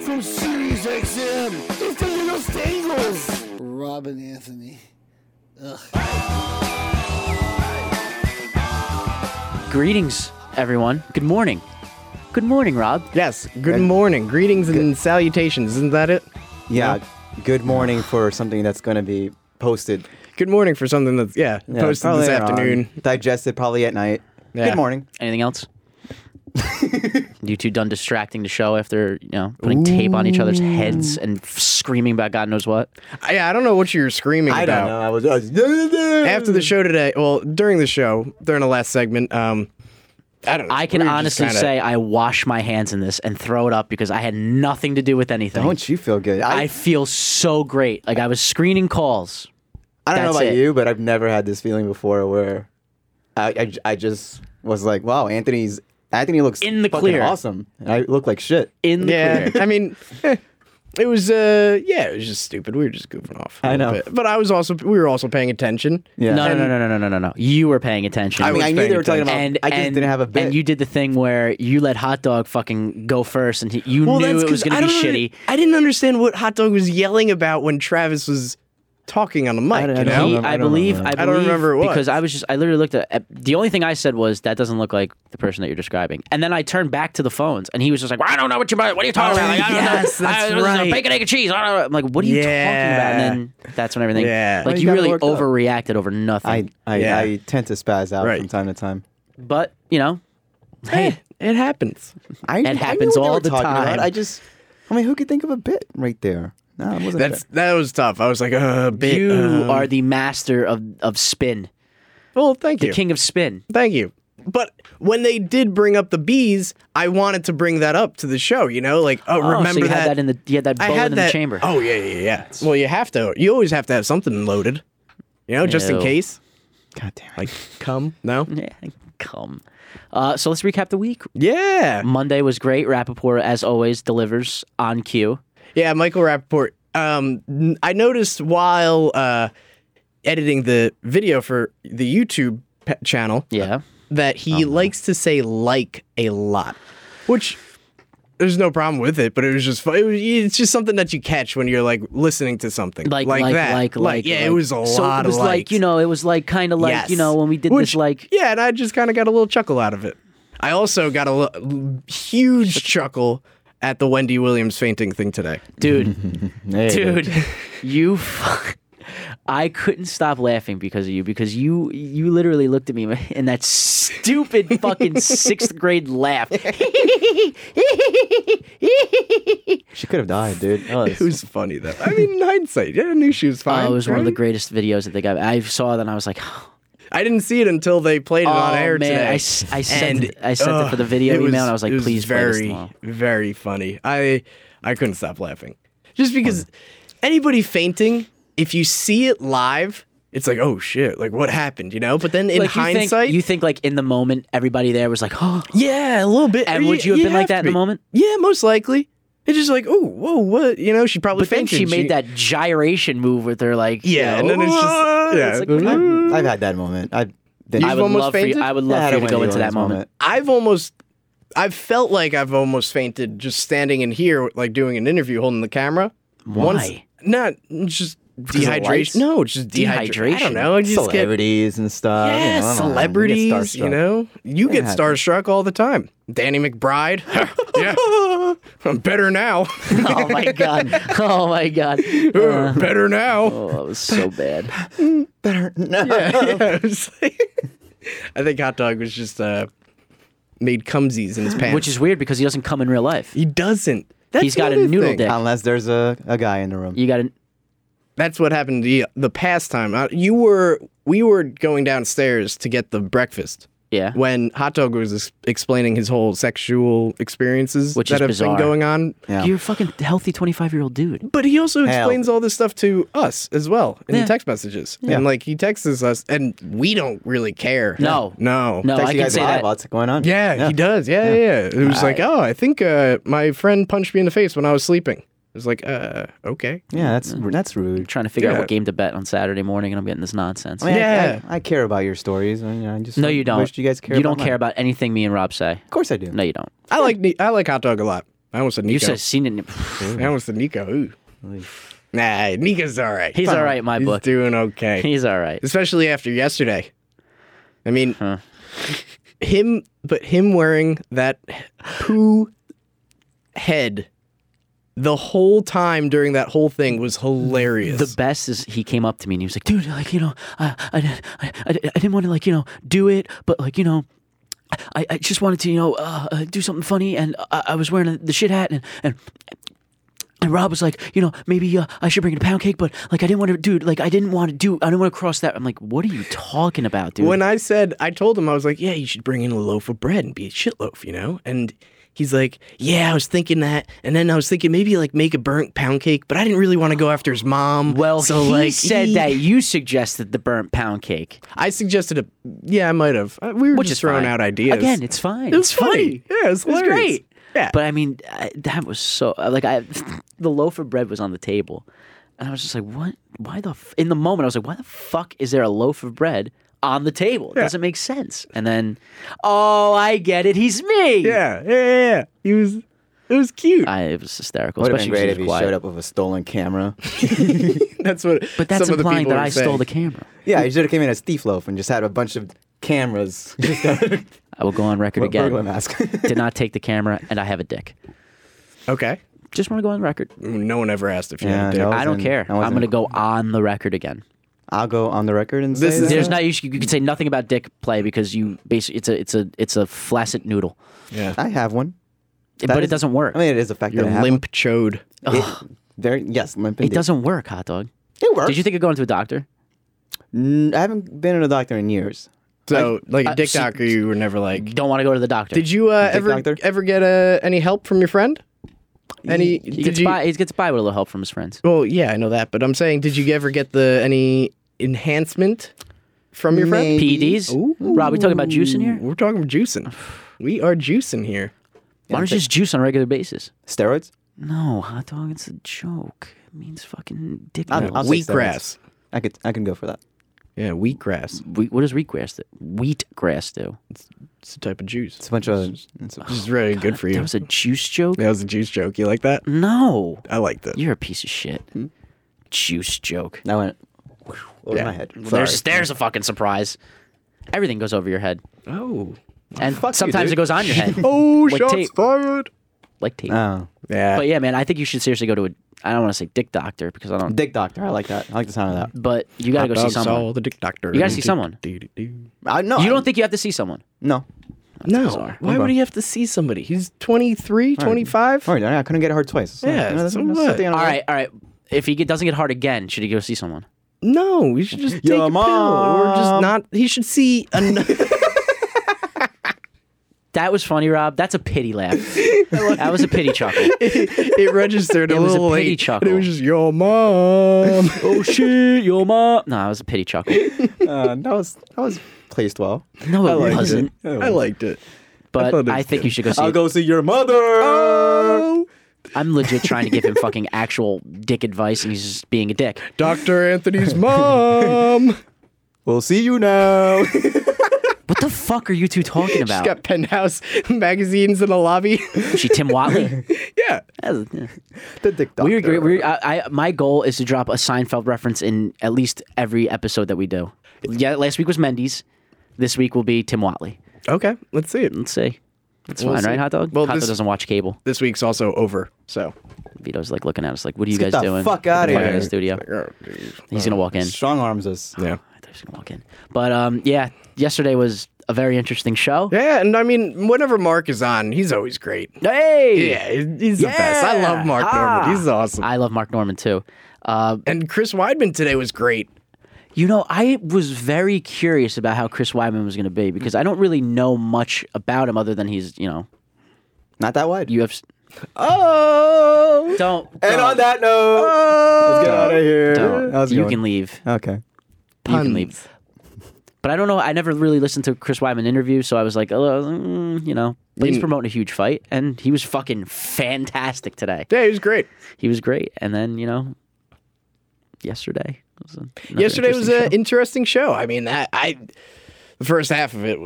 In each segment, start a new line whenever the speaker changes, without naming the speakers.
from Sirius XM. It's the Little Stangles. Robin Anthony.
Greetings, everyone. Good morning. Good morning, Rob.
Yes. Good morning. Greetings and salutations. Isn't that it?
Yeah. Good morning for something that's going to be posted.
Good morning for something that's yeah,
Yeah,
posted
probably
this
later on.
afternoon.
Digested probably at night.
Yeah.
Good morning.
Anything else? you two done distracting the show after you know putting tape on each other's heads and f- screaming about God knows what.
I, Uh, I don't know what you're screaming
I
about.
don't know. I was. I was
After the show today, well, during the show, during the last segment, um, I don't. know.
I can
we were just
honestly
kinda-
say I wash my hands in this and throw it up because I had nothing to do with anything.
Don't you feel good? I,
I feel so great. Like I was screening calls.
I don't know
that's
about
it.
you, but I've never had this feeling before where I, I, j- I just was like, wow, Anthony's Anthony looks
In the
fucking
clear.
awesome. And I look like shit.
In the
Yeah. I mean, eh, it was. Uh, yeah, it was just stupid. We were just goofing off. a
I
little
know.
bit. but I was also. We were also paying attention.
Yeah.
No, no, no, no, no, no, no, no, no. You were paying attention.
I mean,
was
I knew they
paying
were talking about.
and
I just
and-
didn't have a bit.
And you did the thing where you let hot dog fucking go first, and he, you knew it was going to be shitty.
I didn't understand what Hot Dog was yelling about when Travis was talking on the mic.
don't-
you
I don't
know?
He,
remember-
I,
I don't
believe, I
remember.
believe,
I don't remember what.
because I was just, I literally looked at, at- the only thing I said was that doesn't look like the person that you're describing, and then I turned back to the phones, and he was just like, well, I don't know what you, what are you talking
Oh,
about? Like, I don't
yes,
know.
that's
I, this is a
right.
Bacon, egg, and cheese. I don't know. I'm like, what are you
Yeah.
talking about? And then that's when everything,
Yeah.
like
Well, you
you,
got
really
worked up.
overreacted over nothing.
I, I,
Yeah.
I tend to spaz out
Right.
from time to time.
but you know,
Hey, it happens.
I, I knew
happens
what they
all
were
the
talking about.
time.
I just, I mean, who could think of a bit right there? No, it wasn't. a
That's
bit.
that was tough. I was like, uh, bit.
you
um,
are the master of of spin,
well. Thank you,
king of spin.
thank you. But when they did bring up the bees, I wanted to bring that up to the show. You know, like, oh,
Oh,
remember
so you
that?
had that in the, you had that
I
bullet
had
in
that
the chamber.
Oh yeah, yeah, yeah. Well, you have to. You always have to have something loaded. You know, just in
Ew.
case.
God damn it.
Like, come no.
Yeah, come. Uh, so let's recap the week.
Yeah.
Monday was great. Rappaport, as always, delivers on cue.
Yeah, Michael Rappaport. Um, n- I noticed while uh, editing the video for the YouTube pe- channel
Oh, Yeah.
that he likes to say like a lot, which there's no problem with it, but it was just fu- it was, it's just something that you catch when you're like listening to something
Like, like, like,
that.
like,
yeah, it was a
so
lot
it was
of
like,
likes.
you know, it was like kind of like, you
Yes.
know, when we did
Which-
this, like,
yeah, and I just kind of got a little chuckle out of it. I also got a l- huge chuckle at the Wendy Williams fainting thing today.
dude,
Hey,
dude, you. Fuck. I couldn't stop laughing because of you because you you literally looked at me in that stupid fucking sixth grade laugh.
She could have died, dude. Oh,
It was funny though. I mean, in hindsight, yeah, I knew she was fine.
Oh, it was one of
right?
the greatest videos that they got. I saw that and I was like,
I didn't see it until they played it on
Oh,
air
man,
today.
I s- I sent
And,
it- I sent it for the
ugh,
video
it
email, and I was like,
it
"Please play this
very,
tomorrow."
very funny. I I couldn't stop laughing, just because anybody fainting, if you see it live, it's like, oh shit, like what happened, you know? But then in
like you
hindsight,
think, you think like in the moment everybody there was like, oh,
yeah, a little bit.
And would you have been like
to
that in the
be.
moment?
Yeah, most likely. It's just like, oh, whoa, what? You know, she probably
But then
fainted.
she made that gyration move with her, like you
Yeah,
know,
and then it's just yeah.
it's like,
I've, I've had that moment. I, then
Mm-hmm.
I
You've
would
almost
love for you,
fainted?
I would
I
love
had
for
a
you to go
Wendy
into that
Williams
moment.
I've almost I've felt like I've almost fainted just standing in here like doing an interview holding the camera.
Why?
not it's just
of the
dehydration.
lights?
No, it's just dehydration. I
Dehydration.
don't know. I just get
celebrities and stuff. you know,
yeah,
I don't know. You get
celebrities, you
starstruck.
know. You get
happens.
starstruck all the time. Danny McBride. yeah. I'm better now.
oh my god! Oh my god! Uh,
better now.
oh, that was so bad.
Yeah, it was like- I think hot dog was just uh, made cumsies in his pants.
Which is weird because he doesn't come in real life.
he doesn't. That's
He's got a
another
noodle
thing.
dick.
Unless there's a, a guy in the room.
You got to
That's what happened the the past time. Uh, You were we were going downstairs to get the breakfast
yeah.
when Hot Dog was ex- explaining his whole sexual experiences
Which
that
is
have
bizarre.
been going on.
Yeah.
You're a fucking healthy 25 year old dude.
But he also
Hell.
explains all this stuff to us as well in
Yeah.
the text messages.
Yeah.
And like he texts us and we don't really care.
No.
No.
No,
Text
I
you
can
guys
say
live
that.
What's going on?
Yeah, he does. Yeah, yeah. yeah. It was like, oh, I think uh, my friend punched me in the face when I was sleeping. It was like, uh, okay.
Yeah, that's that's rude.
Trying to figure out
Yeah.
what game to bet on Saturday morning, and I'm getting this nonsense.
I mean, I-
Oh, Yeah.
I, I, care about your stories. I, mean, I just
no, you don't.
Wish you guys care.
You don't
about mine.
care about anything me and Rob say.
Of course I do.
No, you don't.
I like ne- I like hot dog a lot. I almost said Nico.
You said seen it.
I almost said Nico. Ooh. Nah, Nico's all right.
He's all right in my
He's
book.
doing okay.
He's all right.
especially after yesterday. I mean, him, but him wearing that poo head the whole time during that whole thing was hilarious.
The best is he came up to me and he was like, "Dude, like you know, I I didn't- I, I, I didn't want to like you know do it, but like you know." I, I just wanted to, you know, uh, uh, do something funny, and I, I was wearing the shit hat, and, and and Rob was like, you know, maybe uh, I should bring in a pound cake, but like I didn't want to, dude, like I didn't want to do, I didn't want to cross that. I'm like, what are you talking about, dude?
when I said, I told him I was like, yeah, you should bring in a loaf of bread and be a shit loaf, you know? And he's like, yeah, I was thinking that, and then I was thinking maybe like make a burnt pound cake, but I didn't really want to go after his mom.
well,
so
he
like
said
eh."
that you suggested the burnt pound cake,
I suggested a, yeah, I might have. Uh, We were
which
just
is
throwing
fine.
out ideas
Again, it's fine.
It was
it's funny.
funny. Yeah, it was
It's
hilarious.
great.
Yeah.
But I mean, I, that was so uh, like I, the loaf of bread was on the table, and I was just like, what? Why the? F-? In the moment, I was like, why the fuck is there a loaf of bread on the table? It doesn't make sense. And then, oh, I get it. He's me.
Yeah, yeah, yeah, yeah. He was. It was cute.
I, it was hysterical.
Would have been
especially 'cause
great
he
if
was
he
quiet.
showed up with a stolen camera.
that's what.
But that's
some of the
implying
people
that
were
I
saying.
stole the camera.
yeah, he should have came in as Steve Loaf and just had a bunch of cameras. Just a
I will go on record
burglar
again.
mask.
Did not take the camera, and I have a dick.
Okay.
Just want to go on record.
No one ever asked if you had
Yeah,
a dick.
no. I
I don't
wasn't-
care.
I
I'm
wasn't-
going to go on the record again.
I'll go on the record and say
This is-
that.
There's not you, should, you can say nothing about dick play because you basically it's a it's a it's a flaccid noodle,
Yeah.
I have one. That
but it
is-
doesn't work.
I mean, it is a fact
You're
that I have
limp chode.
one. It, there, yes, limp.
it
indeed.
doesn't work, hot dog.
It works.
Did you think of going to a doctor?
N- I haven't been in a doctor in years.
So like
uh,
a dick
so-
doctor, you were never like.
Don't want to go to the doctor.
Did you uh,
Dick
ever
doctor?
ever get uh, any help from your friend? Any?
He
did
gets
you?
by. He gets by with a little help from his friends.
Well, yeah, I know that, but I'm saying, did you ever get the any enhancement from your friend?
Maybe.
PEDs. E Rob, we talking about juice in here?
We're talking juicing. We are juicing here.
Why don't you just juice on a regular basis?
Steroids?
No, hot dog. It's a joke. It means fucking dick.
I'll-
noodle.
I'll take
Wheatgrass.
steroids. I could. I can go for that.
Yeah, wheatgrass.
Wheat- what does wheatgrass do? Wheatgrass do?
It's a type of juice.
It's a bunch of. It's a,
This is really good for you.
That was a juice joke.
That was a juice joke. You like that?
No,
I liked it.
you're a piece of shit. Juice joke.
I went whew, over
Yeah.
my head.
Well,
Sorry.
There's there's a fucking surprise. Everything goes over your head,
Oh.
and
fuck you,
sometimes
dude.
it goes on your head.
Oh,
Like
shots
tape.
fired.
like tape.
Oh,
Yeah.
but yeah, man, I think you should seriously go to a. I don't want to say dick doctor because I don't.
Dick Doctor. I like that. I like the sound of that.
But you gotta go see
Dogs
someone.
saw the dick doctor.
You gotta see someone.
Do-do-do.
I no.
You
I-
don't think you have to see someone?
No.
No.
bizarre.
Why would he have to see somebody? He's 23, 25?
All right, I couldn't get her twice. So,
Yeah,
that's-
so
that's
what?
something I
All
like.
right, all right. If he get, doesn't get hard again, should he go see someone?
No, we should just
Yo,
take a pill or just
Mom.
not. He should see another.
That was funny, Rob. That's a pity laugh. that was a pity chuckle.
it registered a
It was a
little
pity
late.
chuckle.
And it was just your mom.
oh shit, your mom. No, that was a pity chuckle.
Uh, that was that was placed well.
No, it
liked
wasn't.
it. I liked it. thought it
But
was
I, think
good.
you should go see.
I'll go see your mother.
Oh,
I'm legit trying to give him fucking actual dick advice, and he's just being a dick.
Doctor Anthony's mom.
We'll see you now.
What the fuck are you two talking
She's
about?
got penthouse magazines in the lobby.
Is she Tim Watley?
yeah.
That's- yeah.
the Dick Doctor.
we agree. We, I, I, my goal is to drop a Seinfeld reference in at least every episode that we do. Yeah, last week was Mendy's. This week will be Tim Watley.
Okay, let's see it.
Let's see. That's
We'll
fine,
see.
right, hot dog?
Well,
hot
this-
dog doesn't watch cable.
This week's also over, so
Vito's like looking at us, like, "What are you
Let's get
guys
the
doing?"
fuck
Get
outta
the fuck
here.
the studio. He's
uh,
gonna walk in.
Strong arms us.
yeah,
I thought he was gonna walk in. But um, yeah, yesterday was a very interesting show.
yeah. And I mean, whenever Mark is on, he's always great.
Hey,
Yeah, he's the best. I love Mark
Ah.
Norman. He's awesome.
I love Mark Norman too. Uh,
and Chris Weidman today was great.
You know, I was very curious about how Chris Wyman was going to be because I don't really know much about him other than he's, you know,
Not that wide.
you have.
oh.
Don't.
And
don't,
on that note, let's get out of here.
don't.
How's it
you
going?
can leave.
Okay.
You
Puns.
can leave. But I don't know. I never really listened to Chris Wyman interview, so I was like, oh, mm, you know, but he's promoting a huge fight, and he was fucking fantastic today.
Yeah, he was great.
He was great, and then you know, yesterday. was another
Yesterday was
interesting
an interesting show. I mean, that I The first half of it,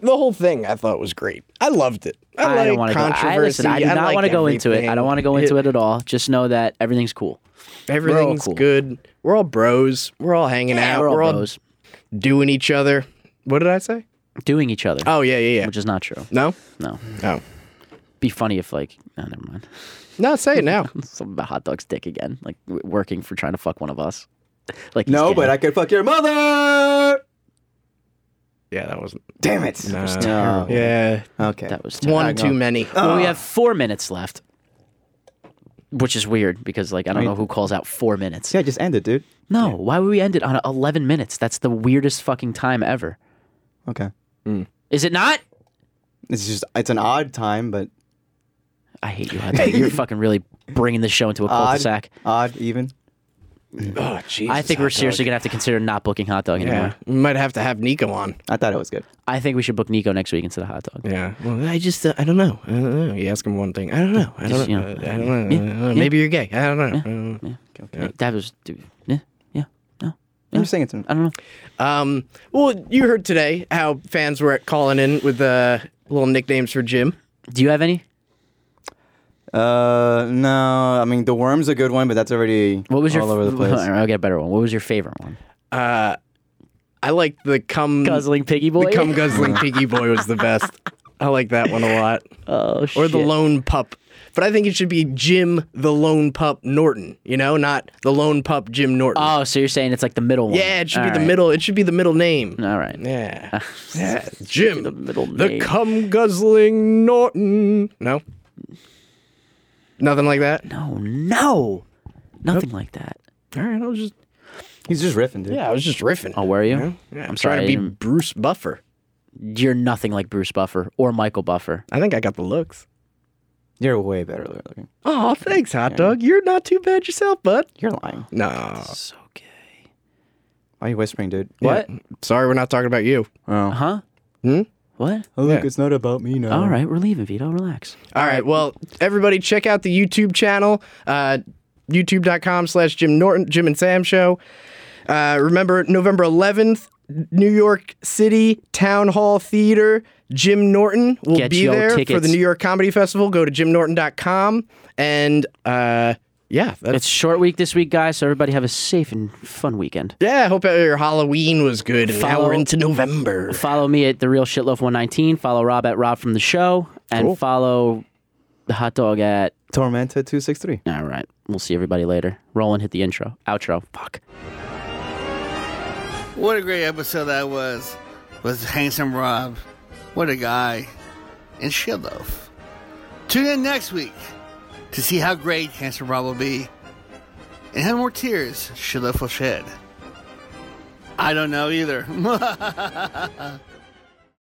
the whole thing, I thought was great. I loved it. I,
I
like
don't want to go.
controversy.
I, listen, I do not
like
want to go into it. I don't want to go into it at all. Just know that everything's cool.
Everything's
cool.
good. We're all bros. We're all hanging out.
We're all bros.
doing each other. What did I say?
doing each other,
Oh yeah, yeah, yeah.
which is not true.
No,
No,
no,
be funny if like, oh, never mind.
no. Say it now.
Something about hot dog's dick again, like w- working for trying to fuck one of us. Like he's
No,
gay.
but I could fuck your mother.
yeah, that wasn't.
Damn it.
Nah.
No,
Yeah,
Okay.
that Oh, was terrible.
one Ah. too many.
Well, we have four minutes left, which is weird because like I don't know who calls out four minutes.
yeah, just end it, dude.
No, why would we end it on eleven minutes? That's the weirdest fucking time ever.
Okay.
Is it not?
It's just it's an odd time, but
I hate you. Hot Dog. You're fucking really bringing this show into a
odd,
cul-de-sac.
odd even.
Oh, Jesus,
I think
hot
we're
dog.
seriously gonna have to consider not booking hot dog anymore.
Yeah, we might have to have Nico on.
I thought it was good.
I think we should book Nico next week instead of hot dog.
Yeah. Well, I just uh, I don't know. I don't know. You ask him one thing. I don't know. I don't
Just,
know.
you know,
I don't know. I don't know. Maybe you're gay. I don't know. Um, I don't know.
Yeah, That was, dude, yeah, yeah, no,
I'm just saying it's an,
I don't know.
Um. Well, you heard today how fans were calling in with uh, little nicknames for Jim.
Do you have any?
uh no. I mean the worm's a good one, but that's already
What was your?
all over the place.
I'll get a better one. What was your favorite one?
Uh, I like the cum
Guzzling piggy boy.
The cum guzzling piggy boy was the best. I like that one a lot.
oh shit.
Or the lone pup. But I think it should be Jim the lone pup Norton. You know, not the lone pup Jim Norton.
Oh, so you're saying it's like the middle one?
yeah, it should be
All
the
right.
middle. It should be the middle name.
All right.
Yeah. yeah. Jim. The
middle name.
cum guzzling Norton. No? Nothing like that?
No, no, nothing like that.
All right, I was just.
He's just riffing, dude.
Yeah, I was just riffing.
Oh, were you?
Yeah,
I'm
I'm
sorry.
trying
I
to be
didn't-
Bruce Buffer.
You're nothing like Bruce Buffer or Michael Buffer.
I think I got the looks.
You're way better looking.
Oh, thanks, hot dog. You're not too bad yourself, bud.
You're lying.
No.
So gay.
Why are you whispering, dude?
What?
Sorry, we're not talking about you.
Oh.
Huh?
Hmm?
What?
Oh, look, it's not about me now.
All right, we're leaving, Vito. Relax.
All right. Well, everybody, check out the YouTube channel, uh, youtube.com slash Jim Norton, Jim and Sam Show. Uh, remember, November 11th, New York City Town Hall Theater. Jim Norton will
Get
be
your
there for the
tickets.
New York Comedy Festival. Go to jimnorton.com. And uh, yeah, that's.
It's short week this week, guys. So everybody have a safe and fun weekend.
Yeah, I hope your Halloween was good. And now
Follow-
we're into November.
Follow me at the real shitloaf one nineteen. Follow Rob at Rob from the show, and follow the hot dog at.
Tormenta two six three.
All right, we'll see everybody later. Roland, hit the intro, outro. Fuck.
What a great episode that was. Was Handsome Rob. What a guy. And Shitloaf. Tune in next week to see how great Handsome Rob will be. And how more tears Shitloaf will shed. I don't know either.